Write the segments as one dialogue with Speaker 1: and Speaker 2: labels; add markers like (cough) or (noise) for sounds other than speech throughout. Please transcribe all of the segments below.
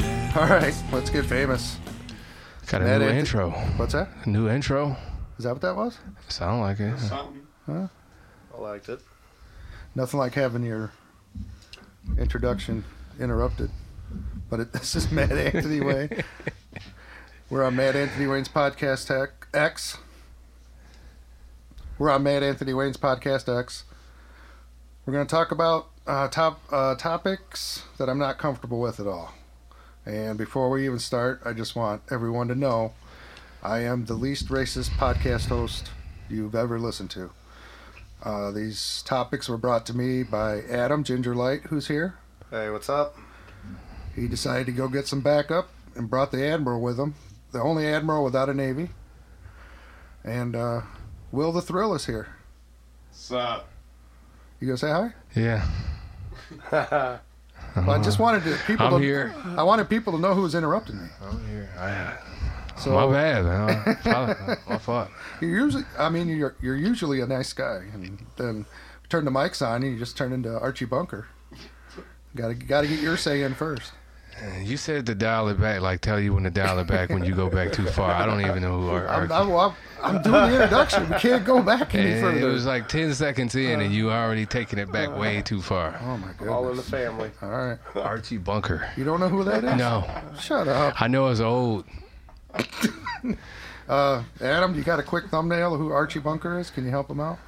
Speaker 1: right, let's get famous.
Speaker 2: Got a
Speaker 1: That
Speaker 2: new
Speaker 1: is-
Speaker 2: intro.
Speaker 1: What's that?
Speaker 2: New intro.
Speaker 1: Is that what that was?
Speaker 2: Sound like it.
Speaker 3: I liked it.
Speaker 1: Nothing like having your introduction interrupted. But it, (laughs) this is Matt Anthony Wayne. We're on Matt Anthony Wayne's podcast Tech- X. We're on Matt Anthony Wayne's podcast X. We're going to talk about uh, top uh, topics that I'm not comfortable with at all. And before we even start, I just want everyone to know I am the least racist podcast host you've ever listened to. Uh, these topics were brought to me by Adam Gingerlight, who's here.
Speaker 3: Hey, what's up?
Speaker 1: He decided to go get some backup and brought the Admiral with him, the only Admiral without a Navy. And uh, Will the Thrill is here.
Speaker 4: Sup?
Speaker 1: You gonna say hi?
Speaker 2: Yeah.
Speaker 1: Well, I just wanted to, people.
Speaker 2: (laughs) I'm
Speaker 1: to,
Speaker 2: here.
Speaker 1: I wanted people to know who was interrupting me.
Speaker 2: I'm here. I,
Speaker 1: So
Speaker 2: my bad, man. I- I- my fault.
Speaker 1: you're usually, I mean, you're you're usually a nice guy, and then turn the mics on, and you just turn into Archie Bunker. Got to got to get your say in first.
Speaker 2: You said to dial it back, like tell you when to dial it back when you go back too far. I don't even know who are.
Speaker 1: I'm, I'm, I'm, I'm doing the introduction. We can't go back any
Speaker 2: it,
Speaker 1: further.
Speaker 2: was like 10 seconds in, and you already taking it back way
Speaker 1: (laughs)
Speaker 2: too far.
Speaker 1: oh my goodness!
Speaker 3: All in the family.
Speaker 1: All right.
Speaker 2: Archie Bunker.
Speaker 1: You don't know who that is?
Speaker 2: No.
Speaker 1: Shut up,
Speaker 2: I know it's old.
Speaker 1: Adam. You got a quick thumbnail of who Archie Bunker is? Can you help him out?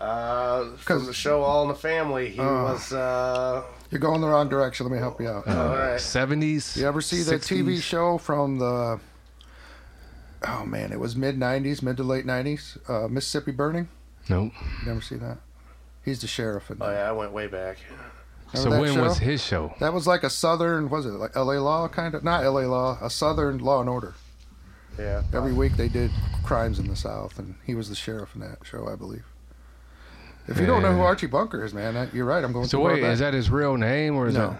Speaker 3: Uh, from
Speaker 1: 'Cause-
Speaker 3: the show All in the Family, he was. Uh,
Speaker 1: You're going the wrong direction. Let me help you out.
Speaker 3: all
Speaker 2: Uh.
Speaker 3: right.
Speaker 2: 70s.
Speaker 1: you ever see that TV show from the? Oh man, it was mid '90s, mid to late '90s. Uh, Mississippi Burning.
Speaker 2: Nope.
Speaker 1: You never see that? He's the sheriff. In
Speaker 3: Oh
Speaker 1: that.
Speaker 3: yeah, I went way back.
Speaker 1: Remember
Speaker 2: So
Speaker 1: that
Speaker 2: when
Speaker 1: show?
Speaker 2: was his show?
Speaker 1: That was like a southern. Was it like L.A. Law kind of? Not L.A. Law. A southern Law and Order.
Speaker 3: Yeah.
Speaker 1: Every week they did crimes in the South, and he was the sheriff in that show, I believe. If you don't know who
Speaker 2: Yeah.
Speaker 1: Archie Bunker is, man, that, you're right. I'm going
Speaker 2: So
Speaker 1: too far
Speaker 2: wait,
Speaker 1: back.
Speaker 2: is that his real name or is
Speaker 1: No.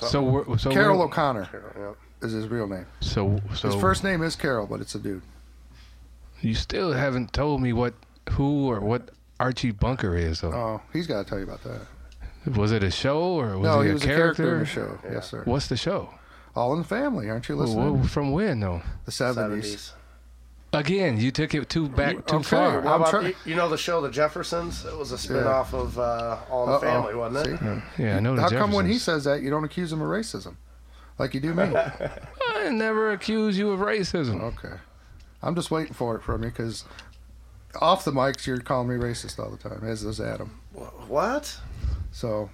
Speaker 2: that? So, we're- so
Speaker 1: Carol
Speaker 2: we're-
Speaker 1: O'Connor
Speaker 3: Yep.
Speaker 1: is his real name.
Speaker 2: So so
Speaker 1: His first name is Carol, but it's a dude.
Speaker 2: You still haven't told me what who or what Archie Bunker is. Though.
Speaker 1: Oh, he's got to tell you about that.
Speaker 2: was it a show or was
Speaker 1: no,
Speaker 2: he,
Speaker 1: he was
Speaker 2: a character?
Speaker 1: in the show. Yes, sir.
Speaker 2: What's the show?
Speaker 1: All in the Family, aren't you
Speaker 2: Wh-
Speaker 1: listening?
Speaker 2: wh- from when though?
Speaker 1: The seventies.
Speaker 3: 70s.
Speaker 2: Again, you took it too back too
Speaker 1: okay,
Speaker 2: far.
Speaker 1: well-
Speaker 3: How
Speaker 1: I'm
Speaker 3: about,
Speaker 1: try-
Speaker 3: you, you know the show The Jeffersons? It was a spin off of uh, All in the
Speaker 1: Uh-oh.
Speaker 3: Family, wasn't it?
Speaker 2: yeah, I know. the
Speaker 1: How come when he
Speaker 2: Jeffersons.
Speaker 1: says that you don't accuse him of racism, like you do me?
Speaker 2: I never accused you of racism.
Speaker 1: okay, I'm just waiting for it from you because off the mics you're calling me racist all the time, as does Adam.
Speaker 3: Wh- What?
Speaker 1: So,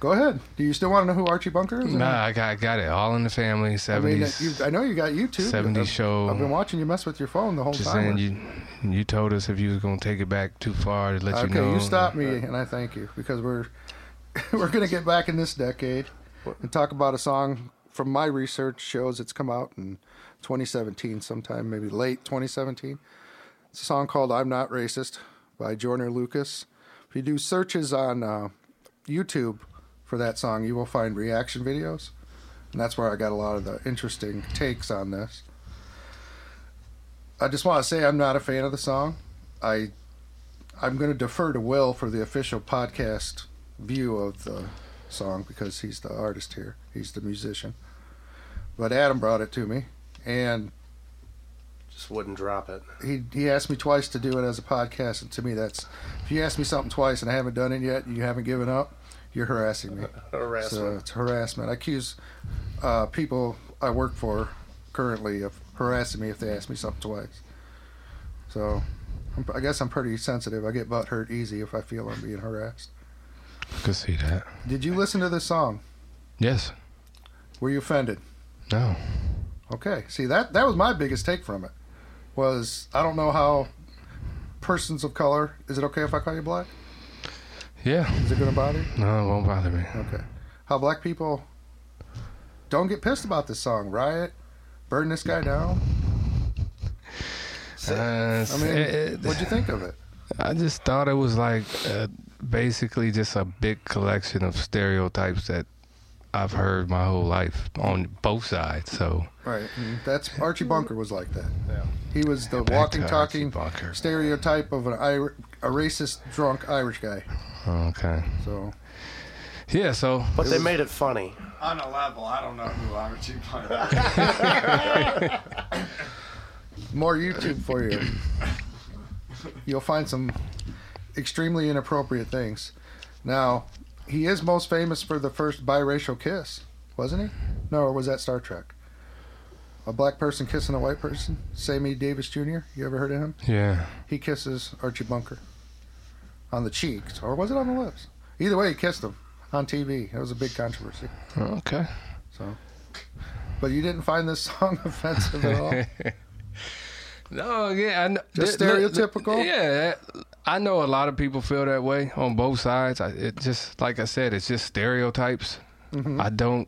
Speaker 1: go ahead. Do you still want to know who Archie Bunker is?
Speaker 2: Nah, I got, I got it. All in the family.
Speaker 1: I mean,
Speaker 2: Seventies.
Speaker 1: you, I know you got YouTube.
Speaker 2: 70s
Speaker 1: I've-
Speaker 2: show.
Speaker 1: I've been watching you mess with your phone the whole
Speaker 2: just
Speaker 1: time.
Speaker 2: saying, you you told us if you was gonna take it back too far to let
Speaker 1: okay,
Speaker 2: you know. uh,
Speaker 1: stopped me, and I thank you because we're (laughs) we're gonna get back in this decade and talk about a song from my research shows it's come out in 2017, sometime maybe late 2017. It's a song called "I'm Not Racist" by Joyner Lucas. If you do searches on uh, YouTube for that song, you will find reaction videos, and that's where I got a lot of the interesting takes on this. I just want to say I'm not a fan of the song. I I'm going to defer to Will for the official podcast view of the song because he's the artist here. He's the musician. But Adam brought it to me, and
Speaker 3: Just wouldn't drop it.
Speaker 1: he he asked me twice to do it as a podcast. And to me, that's if you ask me something twice and I haven't done it yet, and you haven't given up, you're harassing me. So
Speaker 3: Harassment.
Speaker 1: it's harassment. I accuse uh, people I work for currently of harassing me if they ask me something twice. So I'm, I guess I'm pretty sensitive. I get butt hurt easy if I feel I'm being harassed.
Speaker 2: I could see that.
Speaker 1: Did you listen to this song?
Speaker 2: Yes.
Speaker 1: Were you offended?
Speaker 2: No.
Speaker 1: Okay. See that that was my biggest take from it. Was I don't know how persons of color. Is it okay if I call you black?
Speaker 2: Yeah.
Speaker 1: Is it going to bother you?
Speaker 2: No, it won't bother me.
Speaker 1: Okay. How black people don't get pissed about this song. Riot, burn this guy down.
Speaker 2: Uh,
Speaker 1: I mean,
Speaker 2: it- it-
Speaker 1: what'd you think of it?
Speaker 2: I just thought it was like uh, basically just a big collection of stereotypes that I've heard my whole life on both sides. So
Speaker 1: Right. and That's Archie Bunker was like that.
Speaker 3: Yeah.
Speaker 1: He was the
Speaker 2: Back
Speaker 1: walking,
Speaker 2: to
Speaker 1: talking
Speaker 2: Archie Bunker.
Speaker 1: stereotype of an Ir- a racist drunk Irish guy.
Speaker 2: okay,
Speaker 1: So
Speaker 2: Yeah, so
Speaker 3: But they made it funny.
Speaker 4: On a level, I don't know who Archie Bunker.
Speaker 1: More YouTube for you. You'll find some extremely inappropriate things. Now, he is most famous for the first biracial kiss, wasn't he? No, or was that Star Trek? A black person kissing a white person? Sammy Davis Jr. You ever heard of him?
Speaker 2: yeah,
Speaker 1: He kisses Archie Bunker on the cheeks, or was it on the lips? Either way, he kissed him on TV. It was a big controversy.
Speaker 2: okay.
Speaker 1: So, but you didn't find this (laughs) song offensive at (laughs) all.
Speaker 2: No, yeah, I know.
Speaker 1: Just
Speaker 2: th- look, look,
Speaker 1: stereotypical?
Speaker 2: Yeah, I know a lot of people feel that way on both sides. I, it just like I said, it's just stereotypes.
Speaker 1: Mm-hmm.
Speaker 2: I don't.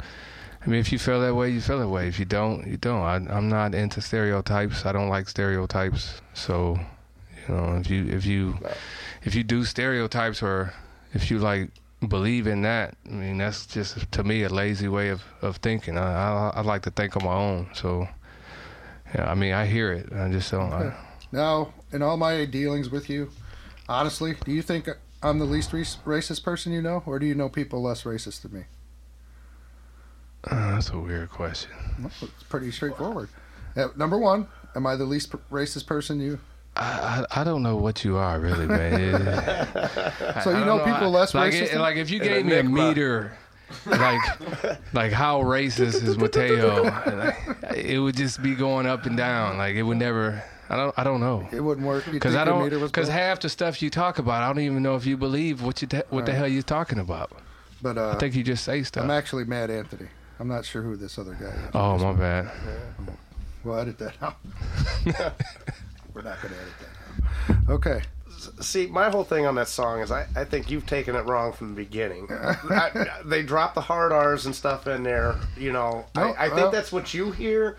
Speaker 2: I mean, if you feel that way, you feel that way. If you don't, you don't. I, I'm not into stereotypes. I don't like stereotypes. So, you know, if you if you if you do stereotypes or if you like believe in that, I mean, that's just to me a lazy way of of thinking. I I, I like to think on my own. So. Yeah, I mean, I hear it. I just don't. uh, I,
Speaker 1: Now, in all my dealings with you, honestly, do you think I'm the least re- racist person you know, or do you know people less racist than me?
Speaker 2: Uh, that's a weird question.
Speaker 1: Well, It's pretty straightforward. Uh, number one, am I the least p- racist person you?
Speaker 2: I, I I don't know what you are
Speaker 1: (laughs)
Speaker 2: really, man. It-
Speaker 1: So
Speaker 2: I
Speaker 1: you
Speaker 2: don't
Speaker 1: know people less
Speaker 2: like,
Speaker 1: racist
Speaker 2: it-
Speaker 1: than-
Speaker 2: like if you gave me a meter, like like how racist is
Speaker 1: (laughs)
Speaker 2: Mateo? like, it would just be going up and down. Like it would never. I don't. I don't know.
Speaker 1: It wouldn't work. You'd
Speaker 2: Because
Speaker 1: think
Speaker 2: I
Speaker 1: your meter
Speaker 2: don't.
Speaker 1: was
Speaker 2: Because
Speaker 1: bad.
Speaker 2: half the stuff you talk about, I don't even know if you believe what you te- what the hell you're talking about.
Speaker 1: but uh,
Speaker 2: I think you just say stuff.
Speaker 1: I'm actually mad, Anthony. I'm not sure who this other guy is.
Speaker 2: oh my bad.
Speaker 1: We'll edit that
Speaker 2: (laughs)
Speaker 1: out. We're not going to edit that out. Okay.
Speaker 3: See, my whole thing on that song is I, I think you've taken it wrong from the beginning. I, they drop the hard R's and stuff in there, you know.
Speaker 1: No,
Speaker 3: I, I think
Speaker 1: well-
Speaker 3: that's what you hear.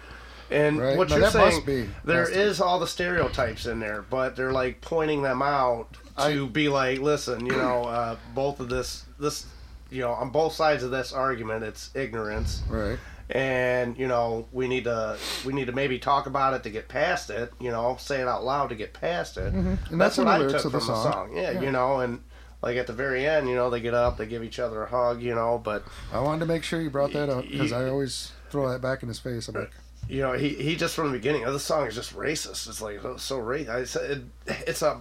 Speaker 3: And
Speaker 1: Right.
Speaker 3: what
Speaker 1: No,
Speaker 3: you're
Speaker 1: that must
Speaker 3: saying,
Speaker 1: be.
Speaker 3: there
Speaker 1: Must be.
Speaker 3: is all the stereotypes in there, but they're like pointing them out to be like, listen, you know, uh, both of this, this, you know, on both sides of this argument, it's ignorance
Speaker 1: Right.
Speaker 3: and you know we need to we need to maybe talk about it to get past it you know say it out loud to get past it
Speaker 1: Mm-hmm. And that's in the lyrics of the song.
Speaker 3: yeah, you know and like at the very end you know they get up they give each other a hug you know but
Speaker 1: I wanted to make sure you brought that up because
Speaker 3: You-
Speaker 1: I always throw that back in his face. I'm like,
Speaker 3: you know he, he just from the beginning oh, the song is just racist it's like oh, so racist I said it, it's a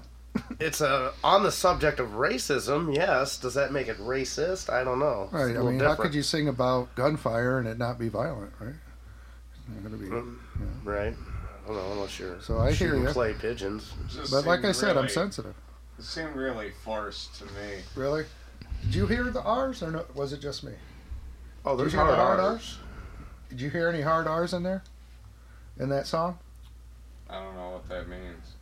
Speaker 3: it's a on the subject of racism yes does that make it racist i don't know It's a
Speaker 1: right. I
Speaker 3: little
Speaker 1: mean, how
Speaker 3: different.
Speaker 1: could you sing about gunfire and it not be violent, right? It's not gonna be-
Speaker 3: right i don't know unless you're
Speaker 1: So I hear
Speaker 3: shooting
Speaker 1: ya.
Speaker 3: clay pigeons
Speaker 4: Just
Speaker 1: But like
Speaker 4: seemed
Speaker 1: I said, I'm
Speaker 4: really-
Speaker 1: sensitive.
Speaker 4: It seemed really forced to me.
Speaker 1: Really? Did you hear the R's or no? Was it just me?
Speaker 3: oh
Speaker 1: Did
Speaker 3: there's
Speaker 1: you hear the
Speaker 3: hard
Speaker 1: hard
Speaker 3: R's.
Speaker 1: R's? Did you hear any hard R's in there? In that song?
Speaker 4: I don't know what that means.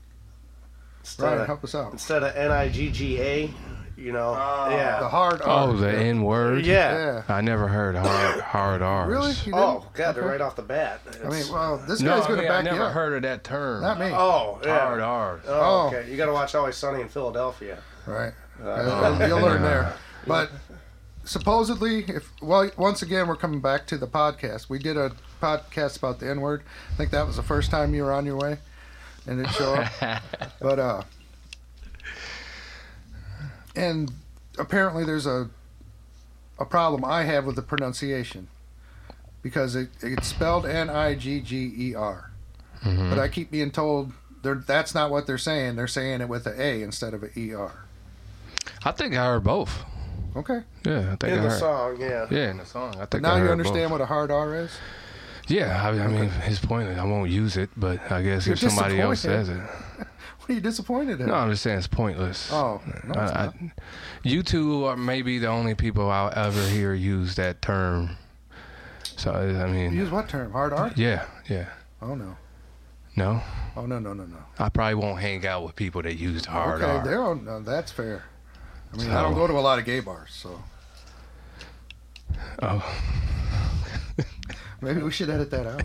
Speaker 3: Instead,
Speaker 1: Brian,
Speaker 3: of,
Speaker 1: help us out.
Speaker 3: instead of N-I-G-G-A, you know.
Speaker 4: Oh.
Speaker 1: The
Speaker 3: yeah.
Speaker 1: hard
Speaker 2: Oh,
Speaker 1: R's.
Speaker 2: the N word.
Speaker 3: Yeah.
Speaker 1: Yeah.
Speaker 2: I never heard hard hard R's.
Speaker 1: Really? You
Speaker 3: Oh,
Speaker 1: didn't?
Speaker 3: God, they're right off the bat.
Speaker 1: I mean,
Speaker 3: It's-
Speaker 1: well, this
Speaker 2: No,
Speaker 1: guy's
Speaker 2: I,
Speaker 1: going
Speaker 2: mean,
Speaker 1: to
Speaker 2: I
Speaker 1: back you
Speaker 2: never
Speaker 1: up.
Speaker 2: heard of that term.
Speaker 1: Not me.
Speaker 3: oh, yeah.
Speaker 2: Hard R's.
Speaker 1: Oh.
Speaker 3: Oh, okay. You got to watch Always Sunny in Philadelphia.
Speaker 1: Right. Uh, you'll learn there. But supposedly, if well, once again, we're coming back to the podcast. We did a podcast about the N word. I think that was the first time you were on your way, and it showed up. but uh, and apparently there's a a problem I have with the pronunciation because it it's spelled N I G G E R,
Speaker 2: Mm-hmm.
Speaker 1: but I keep being told. They're, that's not what they're saying. They're saying it with a A instead of a E R.
Speaker 2: I think I heard both.
Speaker 1: Okay.
Speaker 2: Yeah, I think
Speaker 3: In
Speaker 2: I
Speaker 3: the
Speaker 2: heard.
Speaker 3: song, yeah.
Speaker 2: Yeah, in the song. I think
Speaker 1: Now
Speaker 2: I
Speaker 1: you
Speaker 2: heard
Speaker 1: understand what
Speaker 2: both.
Speaker 1: a hard R is?
Speaker 2: Yeah, I, I mean, his point is I won't use it, but I guess
Speaker 1: You're
Speaker 2: if somebody else
Speaker 1: disappointed.
Speaker 2: says it,
Speaker 1: What are you disappointed in?
Speaker 2: no, I'm just saying it's pointless.
Speaker 1: Oh, no, it's
Speaker 2: I- I-
Speaker 1: not.
Speaker 2: you two are maybe the only people I'll ever hear use that term. So I I mean,
Speaker 1: Use what term? Hard R?
Speaker 2: yeah, yeah.
Speaker 1: Oh, no.
Speaker 2: No,
Speaker 1: Oh, no, no, no, no.
Speaker 2: I probably won't hang out with people that used hard
Speaker 1: okay,
Speaker 2: R.
Speaker 1: there. Oh, no, that's fair. I mean, I don't
Speaker 2: So-
Speaker 1: go to a lot of gay bars, so
Speaker 2: Oh,
Speaker 1: (laughs) maybe we should edit that
Speaker 2: (laughs)
Speaker 1: out.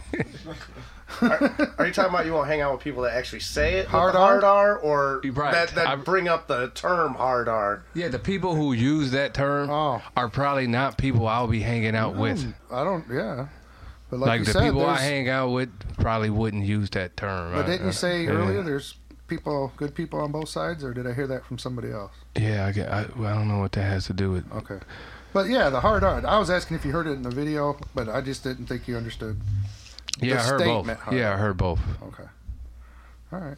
Speaker 3: Are you talking about you won't hang out with people that actually say it? with
Speaker 1: Hard
Speaker 3: the
Speaker 1: R?
Speaker 3: Hard R? Or
Speaker 2: You're right.
Speaker 3: that, that
Speaker 2: I-
Speaker 3: bring up the term hard R?
Speaker 2: yeah. The people who use that term
Speaker 1: Oh.
Speaker 2: are probably not people I'll be hanging out with.
Speaker 1: I don't, yeah. But like,
Speaker 2: Like,
Speaker 1: you
Speaker 2: the
Speaker 1: said,
Speaker 2: people I
Speaker 1: there's-
Speaker 2: hang out with probably wouldn't use that term.
Speaker 1: but
Speaker 2: I-
Speaker 1: didn't you say
Speaker 2: yeah.
Speaker 1: earlier there's people, good people on both sides, or did I hear that from somebody else?
Speaker 2: Yeah, I, get, I, well, I don't know what that has to do with.
Speaker 1: Okay. But yeah, the hard art. I was asking if you heard it in the video, but I just didn't think you understood.
Speaker 2: Yeah, I heard both.
Speaker 1: statement, huh?
Speaker 2: Yeah, I heard both.
Speaker 1: Okay. All right.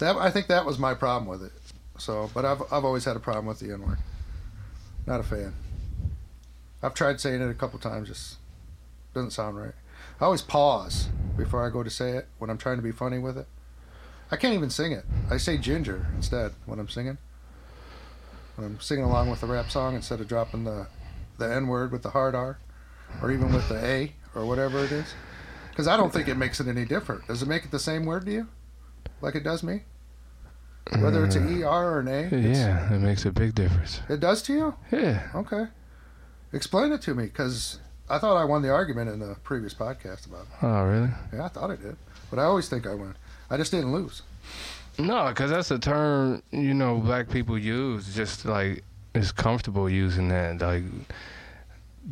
Speaker 1: That I think that was my problem with it. So, but I've I've always had a problem with the N word. Not a fan. I've tried saying it a couple times. Just doesn't sound right. I always pause before I go to say it when I'm trying to be funny with it. I can't even sing it. I say ginger instead when I'm singing. When I'm singing along with the rap song instead of dropping the the N word with the hard R, or even with the A or whatever it is. Because I don't think it makes it any different. Does it make it the same word to you, like it does me? Whether it's an E R or an A, it's-
Speaker 2: Yeah, it makes a big difference.
Speaker 1: it does to you.
Speaker 2: Yeah.
Speaker 1: Okay, explain it to me, because I thought I won the argument in the previous podcast about it.
Speaker 2: Oh, really?
Speaker 1: Yeah, I thought I did, but I always think I win. I just didn't lose.
Speaker 2: No, because that's a term you know black people use. Just like it's comfortable using that. Like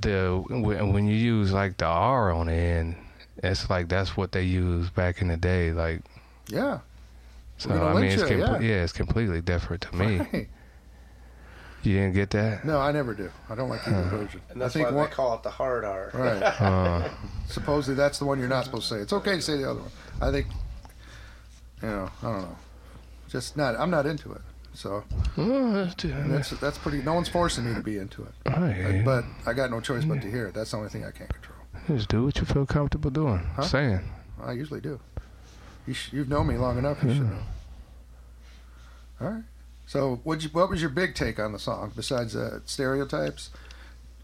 Speaker 2: the when, when you use like the R on the end, it's like that's what they used back in the day. Like
Speaker 1: Yeah,
Speaker 2: so,
Speaker 1: We're gonna
Speaker 2: I mean,
Speaker 1: lynch
Speaker 2: it's
Speaker 1: you,
Speaker 2: comple-
Speaker 1: yeah.
Speaker 2: yeah, it's completely different
Speaker 1: (laughs)
Speaker 2: to me.
Speaker 1: Right.
Speaker 2: You didn't
Speaker 1: (laughs)
Speaker 2: get that?
Speaker 1: No, I never do. I don't like either version.
Speaker 3: And that's
Speaker 1: I think
Speaker 3: why
Speaker 1: one.
Speaker 3: they call it the hard R.
Speaker 1: right.
Speaker 2: Uh,
Speaker 1: Supposedly that's the one you're not supposed to say. It's okay to say the other one. I think, you know, I don't know. Just not. I'm not into it. So
Speaker 2: well, that's too-
Speaker 1: and that's that's pretty. No one's forcing me to be into it.
Speaker 2: all right.
Speaker 1: But I got no choice but to hear it. That's the only thing I can't control.
Speaker 2: Just do what you feel comfortable doing.
Speaker 1: Huh?
Speaker 2: Saying.
Speaker 1: I usually do. You sh- you've known me long enough. You should know. All right. So what you what was your big take on the song besides uh, stereotypes?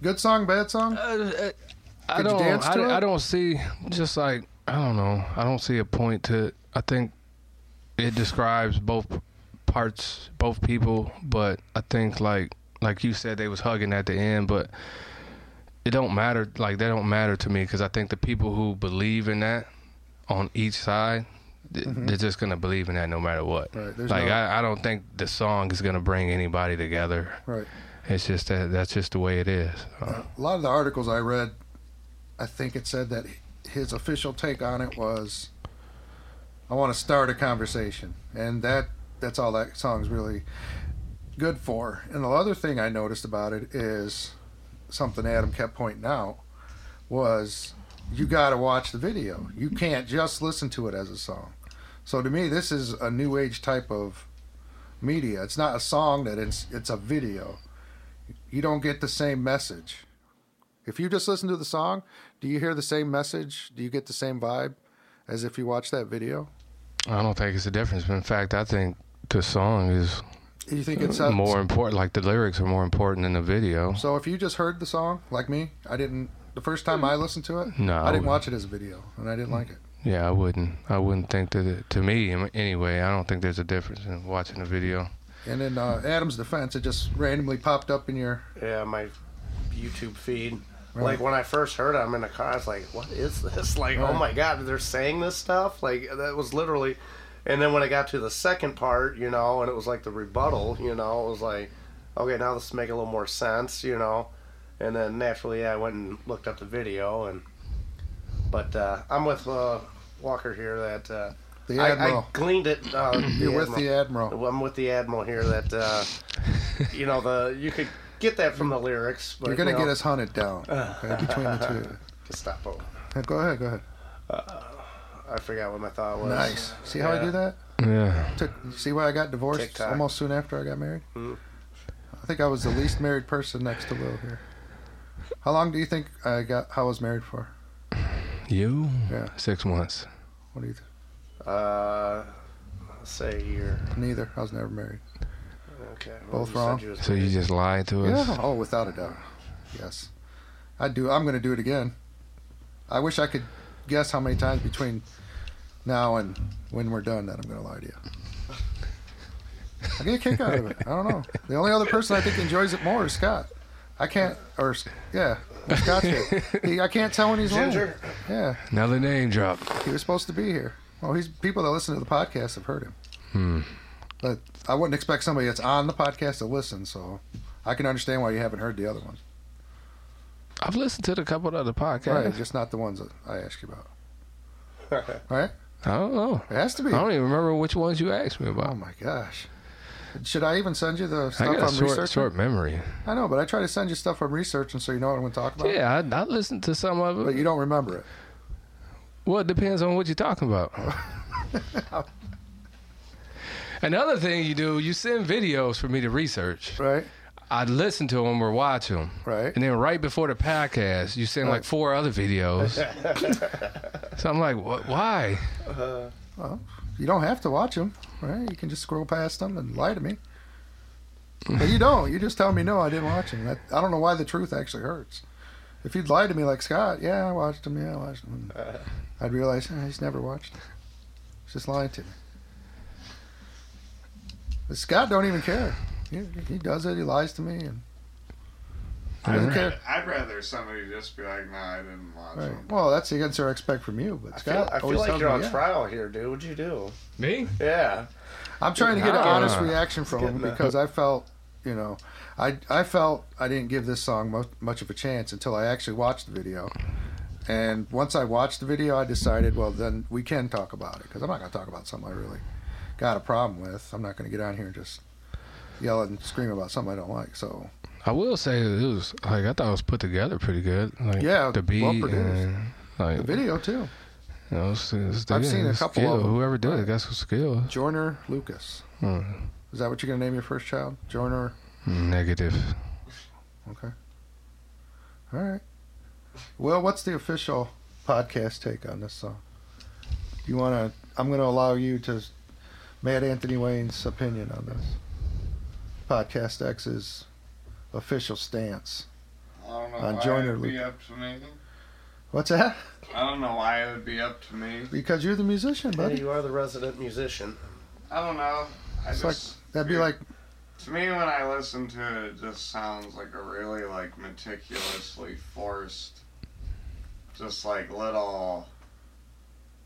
Speaker 1: Good song, bad song.
Speaker 2: Uh, I
Speaker 1: Could you
Speaker 2: don't.
Speaker 1: dance
Speaker 2: I,
Speaker 1: to it?
Speaker 2: I don't see. Just like I don't know. I don't see a point to. it. I think it describes both parts, both people. But I think like like you said, they was hugging at the end. But it don't matter. Like they don't matter to me because I think the people who believe in that on each side, th- they're just gonna believe in that no matter what.
Speaker 1: Mm-hmm. Right, there's
Speaker 2: Like
Speaker 1: no-
Speaker 2: I, I don't think the song is gonna bring anybody together.
Speaker 1: Right.
Speaker 2: It's just that that's just the way it is. Uh,
Speaker 1: a lot of the articles I read, I think it said that his official take on it was, "I want to start a conversation," and that that's all that song's really good for. And the other thing I noticed about it is something Adam kept pointing out was you got to watch the video. You can't just listen to it as a song. So to me, this is a new age type of media. It's not a song that it's it's a video. You don't get the same message. If you just listen to the song, do you hear the same message? Do you get the same vibe as if you watch that video?
Speaker 2: I don't think it's a difference. In fact, I think the song is
Speaker 1: Do you think it's uh,
Speaker 2: more important. Like the lyrics are more important than the video.
Speaker 1: So if you just heard the song, like me, I didn't. The first time I listened to it,
Speaker 2: No,
Speaker 1: I
Speaker 2: I
Speaker 1: didn't
Speaker 2: wouldn't.
Speaker 1: watch it as a video, and I didn't like it.
Speaker 2: Yeah, I wouldn't. I wouldn't think that. It, to me, am- anyway, I don't think there's a difference in watching the video.
Speaker 1: And in uh, Adam's defense, it just randomly popped up in your.
Speaker 3: Yeah, my YouTube feed.
Speaker 1: Right.
Speaker 3: Like when I first heard it, I'm in the car. I was like, "What is this? (laughs) Like, oh
Speaker 1: Right.
Speaker 3: my god, they're saying this stuff!" Like that was literally. And then when I got to the second part, you know, and it was like the rebuttal, you know, it was like, okay, now this make a little more sense, you know. And then naturally, yeah, I went and looked up the video, and but uh, I'm with uh, Walker here that uh,
Speaker 1: The
Speaker 3: I, I
Speaker 1: Admiral.
Speaker 3: gleaned it. Uh,
Speaker 1: You're with
Speaker 3: Admiral.
Speaker 1: the Admiral.
Speaker 3: I'm with the admiral here. That uh, you know the you could get that from the lyrics. But,
Speaker 1: You're going to
Speaker 3: you know,
Speaker 1: get us hunted down okay, between the
Speaker 3: Gestapo.
Speaker 1: two. Go ahead, go ahead.
Speaker 3: I forgot what my thought was.
Speaker 1: Nice. See how I
Speaker 3: Yeah.
Speaker 1: do that?
Speaker 2: Yeah,
Speaker 1: Took, see why I got divorced
Speaker 3: TikTok.
Speaker 1: almost soon after I got married?
Speaker 3: Mm.
Speaker 1: I think I was the least married person next to Will here. How long do you think I got? I was married for?
Speaker 2: you.
Speaker 1: Yeah.
Speaker 2: Six months.
Speaker 1: What do you? Th-
Speaker 3: Uh, say you're
Speaker 1: neither. I was never married.
Speaker 3: okay.
Speaker 1: Both
Speaker 3: you
Speaker 1: wrong.
Speaker 3: said was
Speaker 2: So you
Speaker 3: married.
Speaker 2: just lied to us.
Speaker 1: Yeah. Oh, without a doubt. Yes. I do. I'm going to do it again. I wish I could guess how many times between now and when we're done that I'm going to lie to you. I get a kick out of it. I don't know. The only other person I think enjoys it more is Scott. I can't, or yeah, Scott. He, I can't tell when he's lying. (laughs)
Speaker 3: Ginger? (laughs)
Speaker 1: Yeah,
Speaker 2: Another name drop.
Speaker 1: he was supposed to be here. Well, he's people that listen to the podcast have heard him.
Speaker 2: Hmm.
Speaker 1: But I wouldn't expect somebody that's on the podcast to listen, so I can understand why you haven't heard the other ones.
Speaker 2: I've listened to the couple of other podcasts.
Speaker 1: Right, just not the ones that I asked you about. Right?
Speaker 2: I don't know.
Speaker 1: It has to be.
Speaker 2: Oh. I don't even remember which ones you asked me
Speaker 1: Oh
Speaker 2: about.
Speaker 1: my gosh. Should I even send you the
Speaker 2: I
Speaker 1: stuff
Speaker 2: got
Speaker 1: I'm
Speaker 2: a short,
Speaker 1: researching?
Speaker 2: short memory.
Speaker 1: I know, but I try to send you stuff I'm researching so you know what I'm going to talk about.
Speaker 2: Yeah, I, I listened to some of
Speaker 1: But
Speaker 2: it.
Speaker 1: you don't remember it.
Speaker 2: Well, it depends on what you're
Speaker 1: (laughs)
Speaker 2: talking about. Another thing you do, you send videos for me to research.
Speaker 1: Right?
Speaker 2: I listen to them or watch them.
Speaker 1: Right.
Speaker 2: And then right before the podcast, you send like four other
Speaker 1: (laughs)
Speaker 2: videos. so I'm like, what, why?
Speaker 3: Uh,
Speaker 1: You don't have to watch them, right? You can just scroll past them and lie to me. But you don't. You just tell me no, I didn't watch them. That, I don't know why the truth actually hurts. If you'd lie to me like Scott, yeah, I watched them. Yeah, I watched
Speaker 3: (laughs)
Speaker 1: them. I'd realize "Eh, he's never watched. 'em." He's just lying to me. But Scott don't even care. He, he does it. He lies to me, and he doesn't care.
Speaker 4: I'd rather somebody just be like, nah, I didn't watch
Speaker 1: Right.
Speaker 4: them.
Speaker 1: Well, that's the answer I expect from you. But
Speaker 3: I feel,
Speaker 1: Scott,
Speaker 3: I feel
Speaker 1: always
Speaker 3: like
Speaker 1: tells
Speaker 3: you're
Speaker 1: me,
Speaker 3: on
Speaker 1: yeah.
Speaker 3: trial here, dude. What'd you do?
Speaker 2: Me?
Speaker 3: Yeah.
Speaker 1: I'm trying to get an
Speaker 2: Nah.
Speaker 1: honest reaction from him
Speaker 3: Getting that.
Speaker 1: because I felt, you know, I I felt I didn't give this song much, much of a chance until I actually watched the video. And once I watched the video, I decided, well, then we can talk about it because I'm not going to talk about something I really got a problem with. I'm not going to get on here and just yell and scream about something I don't like. So
Speaker 2: I will say it was like I thought it was put together pretty good. Like,
Speaker 1: Yeah,
Speaker 2: the beat
Speaker 1: well produced.
Speaker 2: and, like
Speaker 1: the video too,
Speaker 2: You know, it's, it's,
Speaker 1: I've seen a
Speaker 2: it's
Speaker 1: couple of
Speaker 2: skill.
Speaker 1: 'em.
Speaker 2: Whoever did it, that's what skill.
Speaker 1: Joyner Lucas.
Speaker 2: Mm,
Speaker 1: Is that what you're going to name your first child, Joyner?
Speaker 2: negative.
Speaker 1: Okay. All right. Well, what's the official podcast take on this song? Do you want to? I'm going to allow you to. Matt Anthony Wayne's opinion on this. Podcast X's official stance.
Speaker 4: I don't know
Speaker 1: On
Speaker 4: why
Speaker 1: Joyner,
Speaker 4: it would be
Speaker 1: Luke.
Speaker 4: up to me.
Speaker 1: What's that?
Speaker 4: I don't know why it would be up to me.
Speaker 1: Because you're the musician,
Speaker 3: Yeah,
Speaker 1: buddy.
Speaker 3: you are the resident musician.
Speaker 4: I don't know. I
Speaker 1: It's like
Speaker 4: just
Speaker 1: that'd be like
Speaker 4: to me when I listen to it, it just sounds like a really like meticulously forced, just like little.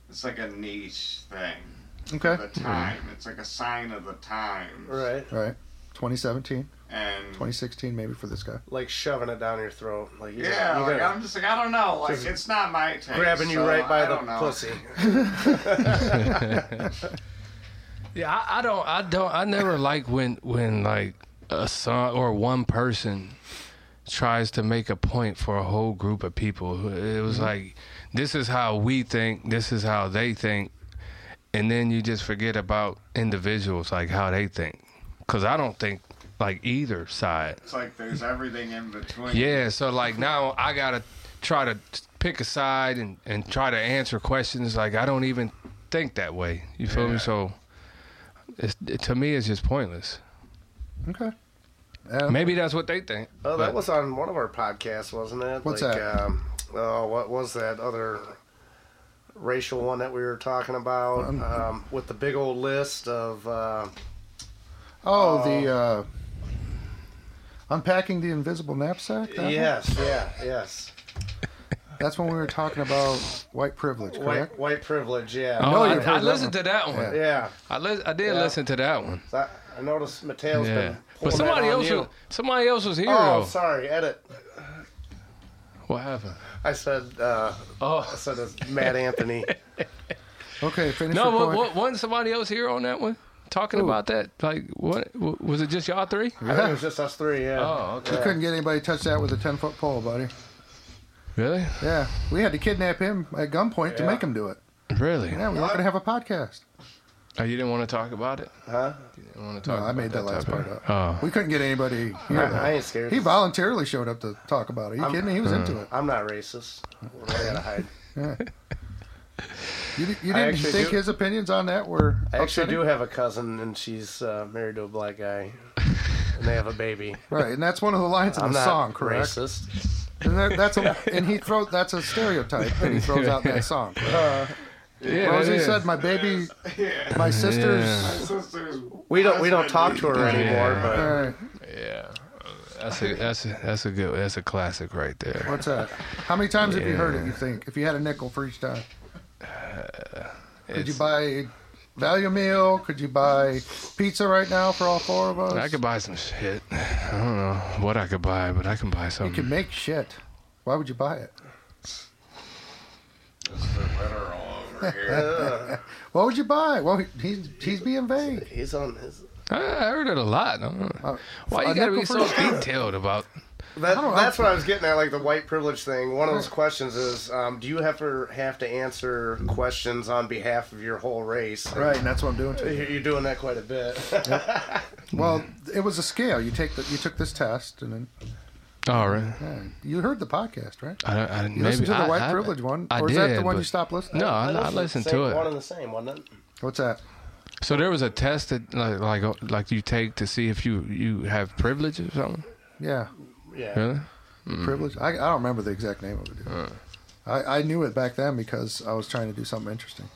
Speaker 4: It's like a niche thing.
Speaker 1: okay,
Speaker 4: The time. It's like a sign of the times.
Speaker 3: Right.
Speaker 1: 2017,
Speaker 4: And
Speaker 1: 2016, maybe for this guy.
Speaker 3: (laughs)
Speaker 1: (laughs)
Speaker 3: Like shoving it down your throat. Like you
Speaker 4: yeah,
Speaker 3: gotta- you
Speaker 4: like
Speaker 3: gotta-
Speaker 4: I'm just like I don't know. Like
Speaker 3: Just
Speaker 4: it's not my taste.
Speaker 3: grabbing you
Speaker 4: so
Speaker 3: right by
Speaker 4: I
Speaker 3: the
Speaker 4: don't know.
Speaker 3: pussy. (laughs)
Speaker 4: (laughs)
Speaker 2: Yeah, I, I don't, I don't, I never like when when like a song or one person tries to make a point for a whole group of people. It was like, this is how we think, this is how they think, and then you just forget about individuals like how they think, because I don't think like either side.
Speaker 4: It's like there's everything in between. (laughs)
Speaker 2: Yeah, so like now I gotta try to pick a side and and try to answer questions. Like I don't even think that way. You feel me?
Speaker 4: Yeah.
Speaker 2: So it's, to me, it's just pointless.
Speaker 1: Okay. Uh, Yeah.
Speaker 2: Maybe that's what they think.
Speaker 3: Oh,
Speaker 2: but-
Speaker 3: that was on one of our podcasts, wasn't it?
Speaker 1: What's
Speaker 3: like,
Speaker 1: that?
Speaker 3: Um, oh, what was that other racial one that we were talking about
Speaker 1: Um,
Speaker 3: um, with the big old list of? Uh,
Speaker 1: Oh, the uh, unpacking the invisible knapsack. Uh-huh. that one?
Speaker 3: yes, yeah, yes.
Speaker 1: That's when we were talking about white privilege, correct?
Speaker 3: White, white privilege. Yeah.
Speaker 2: Oh,
Speaker 1: No,
Speaker 2: I,
Speaker 1: you've heard
Speaker 2: I
Speaker 1: that
Speaker 2: listened to that one.
Speaker 3: Yeah.
Speaker 2: I li- I did
Speaker 3: Yeah.
Speaker 2: listen to that one.
Speaker 3: So I, I noticed Mateo's
Speaker 2: Yeah,
Speaker 3: been.
Speaker 2: but
Speaker 3: pulling
Speaker 2: somebody
Speaker 3: that on
Speaker 2: else
Speaker 3: you.
Speaker 2: was somebody else was here
Speaker 3: Oh,
Speaker 2: though.
Speaker 3: sorry. Edit.
Speaker 2: What happened?
Speaker 3: I said. Uh, I
Speaker 2: Oh.
Speaker 3: said it's
Speaker 2: (laughs)
Speaker 3: Matt Anthony.
Speaker 1: Okay, finish
Speaker 2: No,
Speaker 1: your point.
Speaker 2: what, what, wasn't somebody else here on that one talking about that? Like, what w- was it? Just y'all three?
Speaker 3: I think it was just us three. Yeah.
Speaker 2: Oh, okay.
Speaker 1: We couldn't get anybody to touch that with a ten foot pole, buddy.
Speaker 2: Really?
Speaker 1: Yeah, we had to kidnap him at gunpoint to
Speaker 3: Yeah.
Speaker 1: make him do it.
Speaker 2: Really?
Speaker 1: Yeah, we weren't gonna have a podcast.
Speaker 2: Oh, you didn't want to talk about it?
Speaker 3: Huh?
Speaker 2: You didn't want to
Speaker 1: No,
Speaker 2: talk
Speaker 1: I
Speaker 2: about
Speaker 1: made that, last part
Speaker 2: topic.
Speaker 1: up.
Speaker 2: Oh.
Speaker 1: We couldn't get anybody.
Speaker 3: I,
Speaker 1: Here,
Speaker 3: I
Speaker 1: though.
Speaker 3: ain't scared.
Speaker 1: He voluntarily showed up to talk about it. you
Speaker 3: I'm- Hmm.
Speaker 1: kidding me? He was into it.
Speaker 3: I'm not racist. What do I gotta hide.
Speaker 1: You, di- you
Speaker 3: I
Speaker 1: didn't
Speaker 3: actually
Speaker 1: think
Speaker 3: do-
Speaker 1: his opinions on that were
Speaker 3: I actually
Speaker 1: upsetting?
Speaker 3: do have a cousin, and she's uh, married to a black guy, and they have a baby.
Speaker 1: Right, and that's one of the lines in (laughs)
Speaker 3: I'm
Speaker 1: the
Speaker 3: not
Speaker 1: song, correct?
Speaker 3: racist.
Speaker 1: And that, that's
Speaker 3: (laughs)
Speaker 1: a, and he throws that's a stereotype that he throws out in that song.
Speaker 2: Yeah,
Speaker 1: Rosie
Speaker 2: yeah.
Speaker 1: said, "My
Speaker 3: (laughs)
Speaker 1: baby,
Speaker 4: Yeah.
Speaker 1: my sister's."
Speaker 4: My sister's.
Speaker 3: We don't we don't talk to her anymore,
Speaker 2: Yeah.
Speaker 3: but
Speaker 1: All right,
Speaker 2: Yeah. That's a that's a that's a good that's a classic right there.
Speaker 1: what's that? How many times have you heard it? You think if you had a nickel for each time? Could you
Speaker 2: Uh, It's-
Speaker 1: buy value meal? Could you buy pizza right now for all four of us?
Speaker 2: I could buy some shit. I don't know what I could buy, but I can
Speaker 1: You
Speaker 2: buy
Speaker 1: could
Speaker 2: something.
Speaker 1: make shit. Why would you buy it?
Speaker 4: Just the literal over here.
Speaker 3: (laughs)
Speaker 1: What would you buy? Well, he, he's he's being vague.
Speaker 3: he's on his
Speaker 2: I, I heard it a lot. I don't know.
Speaker 1: Uh,
Speaker 2: Why
Speaker 1: a
Speaker 2: you gotta
Speaker 1: nickel
Speaker 2: be
Speaker 1: for
Speaker 2: so
Speaker 1: a dime.
Speaker 2: detailed about?
Speaker 3: That,
Speaker 1: I don't know.
Speaker 3: that's what I was getting at, like the white privilege thing. One of those questions is, um, do you have to have to answer questions on behalf of your whole race?
Speaker 1: Right, and that's what I'm doing to you.
Speaker 3: You're you're doing that quite a bit.
Speaker 2: Oh,
Speaker 1: Well, it was a scale. You take the, you took this test, and then
Speaker 2: All right.
Speaker 1: yeah. you heard the podcast, right?
Speaker 2: I don't. I,
Speaker 1: Oh, You
Speaker 2: maybe
Speaker 1: listened to the
Speaker 2: I-
Speaker 1: white
Speaker 2: I-
Speaker 1: privilege one,
Speaker 2: I
Speaker 1: or
Speaker 2: did,
Speaker 1: is that the one
Speaker 2: but-
Speaker 1: you stopped listening?
Speaker 2: No, I, I
Speaker 3: (laughs) That was the
Speaker 2: listened
Speaker 3: same-
Speaker 2: to
Speaker 3: One
Speaker 2: it.
Speaker 3: and the same, wasn't it?
Speaker 1: What's that?
Speaker 2: So there was a test that like like like you take to see if you you have privilege or something.
Speaker 1: Yeah,
Speaker 3: Yeah.
Speaker 2: Really? Mm-hmm.
Speaker 1: privilege. I, I don't remember the exact name of it. dude. I, I knew it back then because I was trying to do something interesting.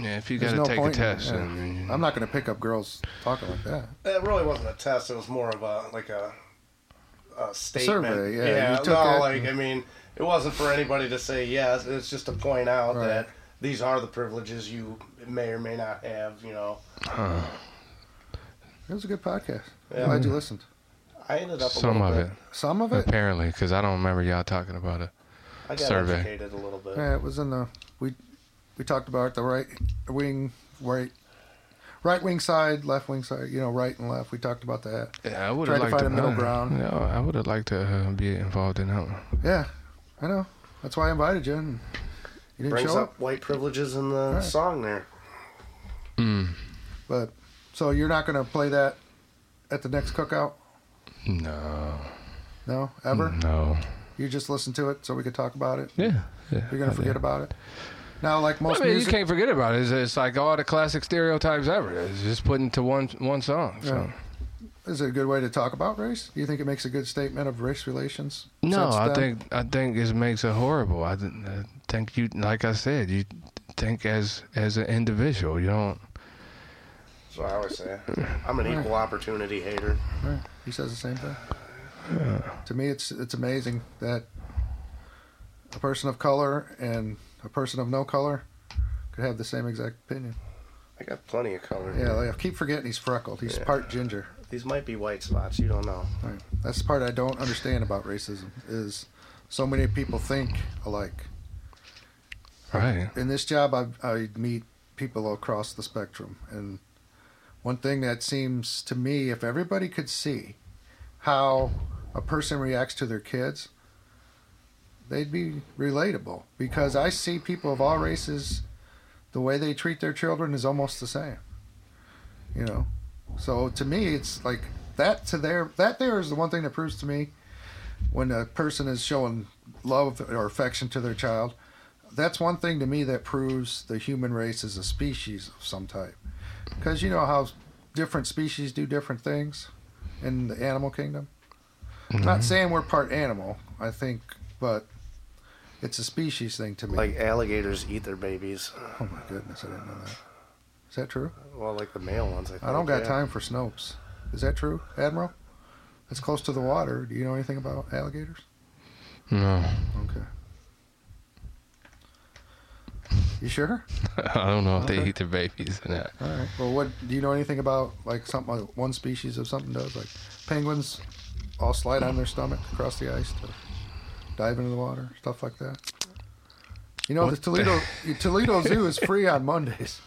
Speaker 2: Yeah. If you
Speaker 1: There's
Speaker 2: gotta
Speaker 1: no
Speaker 2: take a
Speaker 1: point in it,
Speaker 2: test,
Speaker 1: yeah.
Speaker 2: then you-
Speaker 1: I'm not going to pick up girls talking like that.
Speaker 3: It really wasn't a test. It was more of a like a, a statement.
Speaker 1: Survey, yeah,
Speaker 3: yeah
Speaker 1: you took
Speaker 3: no,
Speaker 1: it-
Speaker 3: like I mean, it wasn't for anybody to say yes. It's just to point out
Speaker 1: Right.
Speaker 3: that these are the privileges you may or may not have. You know,
Speaker 1: It was a good podcast.
Speaker 3: Yeah.
Speaker 1: Glad you listened.
Speaker 3: I ended up a
Speaker 2: some
Speaker 3: little
Speaker 2: of
Speaker 3: bit,
Speaker 2: it
Speaker 1: Some of it,
Speaker 2: apparently because I don't remember y'all talking about it.
Speaker 3: I got
Speaker 2: Survey.
Speaker 3: educated a little bit.
Speaker 1: yeah, it was in the we we talked about the right wing, right right wing side, left wing side. You know, right and left. We talked about that.
Speaker 2: Yeah, I would
Speaker 1: Tried
Speaker 2: have
Speaker 1: to
Speaker 2: liked
Speaker 1: find a middle
Speaker 2: uh,
Speaker 1: ground.
Speaker 2: Yeah, I would have liked to uh, be involved in that one.
Speaker 1: Yeah, I know. That's why I invited you. And you didn't
Speaker 3: Brings
Speaker 1: show
Speaker 3: up
Speaker 1: up,
Speaker 3: white privileges in the
Speaker 1: Right.
Speaker 3: song there.
Speaker 1: but so you're not going to play that at the next cookout?
Speaker 2: No,
Speaker 1: No, ever.
Speaker 2: no.
Speaker 1: You just listen to it so we could talk about it.
Speaker 2: Yeah, yeah.
Speaker 1: You're going
Speaker 2: I
Speaker 1: to forget
Speaker 2: did.
Speaker 1: about it. Now, like most
Speaker 2: I mean,
Speaker 1: music,
Speaker 2: you can't forget about it. It's, it's like all the classic stereotypes ever. It's just put into one one song. So.
Speaker 1: Yeah. is it a good way to talk about race? Do you think it makes a good statement of race relations?
Speaker 2: No,
Speaker 1: since
Speaker 2: I
Speaker 1: then?
Speaker 2: think I think it makes it horrible. I, th- I think you, like I said, you think as as an individual. You don't.
Speaker 3: That's what I always say. I'm an equal opportunity hater.
Speaker 1: Right. he says the same thing. To me, it's it's amazing that a person of color and a person of no color could have the same exact opinion.
Speaker 3: I got plenty of color.
Speaker 1: Yeah,
Speaker 3: here.
Speaker 1: like, I keep forgetting he's freckled. He's part ginger.
Speaker 3: These might be white spots. You don't know.
Speaker 1: Right. That's the part I don't understand about racism is so many people think alike.
Speaker 2: Right.
Speaker 1: In this job, I, I meet people across the spectrum, and one thing that seems to me, if everybody could see how a person reacts to their kids, they'd be relatable. Because I see people of all races, the way they treat their children is almost the same. You know, so to me, it's like that. To their that there is the one thing that proves to me when a person is showing love or affection to their child. That's one thing to me that proves the human race is a species of some type. Because you know how different species do different things in the animal kingdom. I'm not saying we're part animal, I think, but it's a species thing to me.
Speaker 3: Like alligators eat their babies.
Speaker 1: oh my goodness, I didn't know that. Is that true?
Speaker 3: Well, like the male ones. I, think.
Speaker 1: I don't got
Speaker 3: yeah.
Speaker 1: time for Snopes. Is that true, Admiral? It's close to the water. Do you know anything about alligators?
Speaker 2: No, (laughs)
Speaker 1: Okay. You sure?
Speaker 2: I don't know if they
Speaker 1: Okay.
Speaker 2: eat their babies or not.
Speaker 1: All right. Well, what do you know anything about like something like one species of something does? Like penguins all slide on their stomach across the ice to dive into the water, stuff like that. You know, the
Speaker 2: What the-
Speaker 1: Toledo Toledo Zoo is free on Mondays.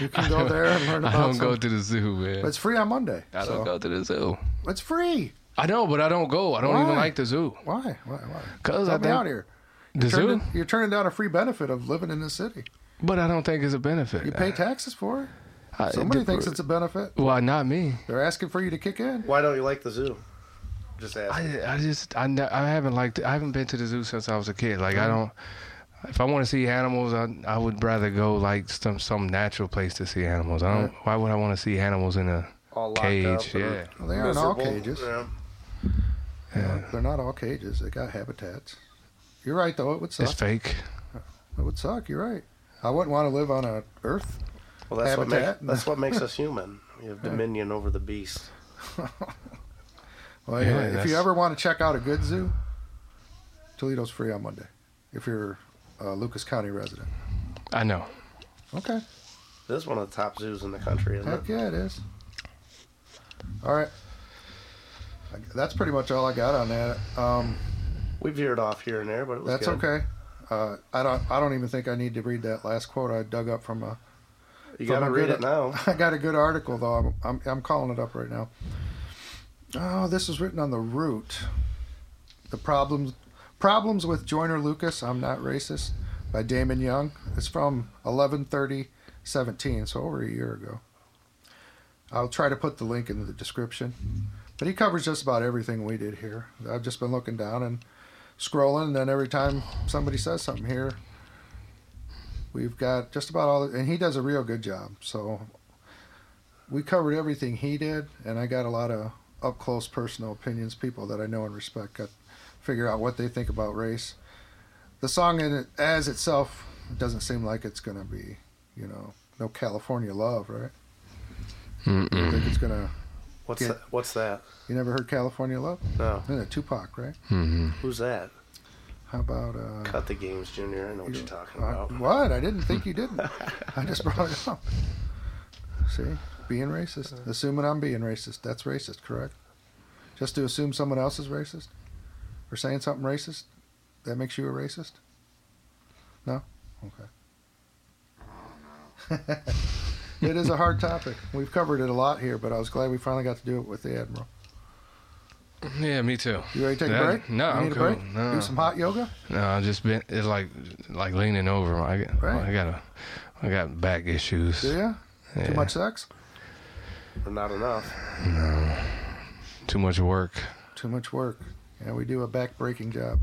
Speaker 1: You can go there and learn
Speaker 2: (laughs) I
Speaker 1: about.
Speaker 2: don't go
Speaker 1: some-
Speaker 2: to the zoo, man.
Speaker 1: It's free on Monday.
Speaker 2: I don't
Speaker 1: so-
Speaker 2: go to the zoo.
Speaker 1: It's free.
Speaker 2: I know, but I don't go. I don't
Speaker 1: Why?
Speaker 2: even like the zoo.
Speaker 1: Why? Why? Why?
Speaker 2: 'Cause I
Speaker 1: Help me
Speaker 2: think-
Speaker 1: out here. Turn
Speaker 2: The zoo,
Speaker 1: it- you're turning down a free benefit of living in this city.
Speaker 2: but I don't think it's a benefit.
Speaker 1: You pay taxes for it.
Speaker 2: I-
Speaker 1: Somebody
Speaker 2: the-
Speaker 1: thinks it's a benefit.
Speaker 2: Why not me?
Speaker 1: They're asking for you to kick in.
Speaker 3: Why don't you like the zoo? Just ask.
Speaker 2: I, I just I, ne- I haven't liked I haven't been to the zoo since I was a kid. Like I don't. If I want to see animals, I I would rather go like some some natural place to see animals. I don't. Why would I want to see animals in a
Speaker 3: All locked up.
Speaker 2: cage?
Speaker 3: and
Speaker 2: Yeah.
Speaker 1: Well, they aren't all
Speaker 3: miserable.
Speaker 1: cages.
Speaker 3: Yeah.
Speaker 1: They're not all cages. They got habitats. You're right, though. It would
Speaker 2: It's
Speaker 1: suck.
Speaker 2: fake.
Speaker 1: It would suck. You're right. I wouldn't want to live on a Earth.
Speaker 3: Well, that's what,
Speaker 1: Habitat.
Speaker 3: make, that's what makes us human. We have dominion over the beast.
Speaker 1: Well,
Speaker 2: Yeah,
Speaker 1: anyway, if you
Speaker 2: that's-
Speaker 1: ever want to check out a good zoo, Toledo's free on Monday. If you're a Lucas County resident.
Speaker 2: I know.
Speaker 1: Okay.
Speaker 3: This is one of the top zoos in the country, isn't
Speaker 1: Heck
Speaker 3: it?
Speaker 1: yeah, it is. All right. I- That's pretty much all I got on that. Um,
Speaker 3: We veered off here and there, but it was
Speaker 1: That's
Speaker 3: good.
Speaker 1: okay. Uh, I don't. I don't even think I need to read that last quote I dug up from a
Speaker 3: You
Speaker 1: From
Speaker 3: gotta
Speaker 1: a
Speaker 3: read
Speaker 1: good-
Speaker 3: it now.
Speaker 1: I got a good article though. I'm, I'm I'm calling it up right now. Oh, this is written on the root. The problems problems with Joyner Lucas. I'm not racist by Damon Young. It's from 11:30:17, so over a year ago. I'll try to put the link into the description. But he covers just about everything we did here. I've just been looking down and scrolling, and then every time somebody says something here, we've got just about all. And he does a real good job. So we covered everything he did, and I got a lot of up close personal opinions. People that I know and respect got figure out what they think about race. The song in it, as itself doesn't seem like it's gonna be, you know, no California love, right? I
Speaker 2: Mm-mm.
Speaker 1: think it's gonna.
Speaker 3: What's
Speaker 1: Yeah.
Speaker 3: that? What's that?
Speaker 1: You never heard California Love?
Speaker 3: No.
Speaker 1: No, no, Tupac, right?
Speaker 2: Mm-hmm.
Speaker 3: Who's that?
Speaker 1: How about uh,
Speaker 3: Cut the games, Junior. I know what you're talking
Speaker 1: I-
Speaker 3: about.
Speaker 1: Uh, what? I didn't think you
Speaker 2: (laughs)
Speaker 1: didn't. I just brought it up. See, being racist. Assuming I'm being racist. That's racist, correct? Just to assume someone else is racist or saying something racist, that makes you a racist? No? Okay. (laughs) it is a hard topic. We've covered it a lot here, but I was glad we finally got to do it with the Admiral.
Speaker 2: Yeah, me too.
Speaker 1: You ready to take
Speaker 2: Yeah,
Speaker 1: a break?
Speaker 2: no,
Speaker 1: you
Speaker 2: I'm
Speaker 1: need
Speaker 2: cool.
Speaker 1: a break?
Speaker 2: No.
Speaker 1: Do some hot yoga?
Speaker 2: No, I just been it's like like leaning over. I got
Speaker 1: Right.
Speaker 2: I got a I got back issues.
Speaker 1: Do ya?
Speaker 2: Yeah.
Speaker 1: Too much sex?
Speaker 3: Or not enough.
Speaker 2: too much work.
Speaker 1: Too much work. Yeah, we do a back breaking job.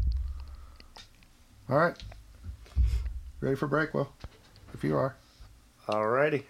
Speaker 1: All right. Ready for break, Will? If you are.
Speaker 3: Alrighty.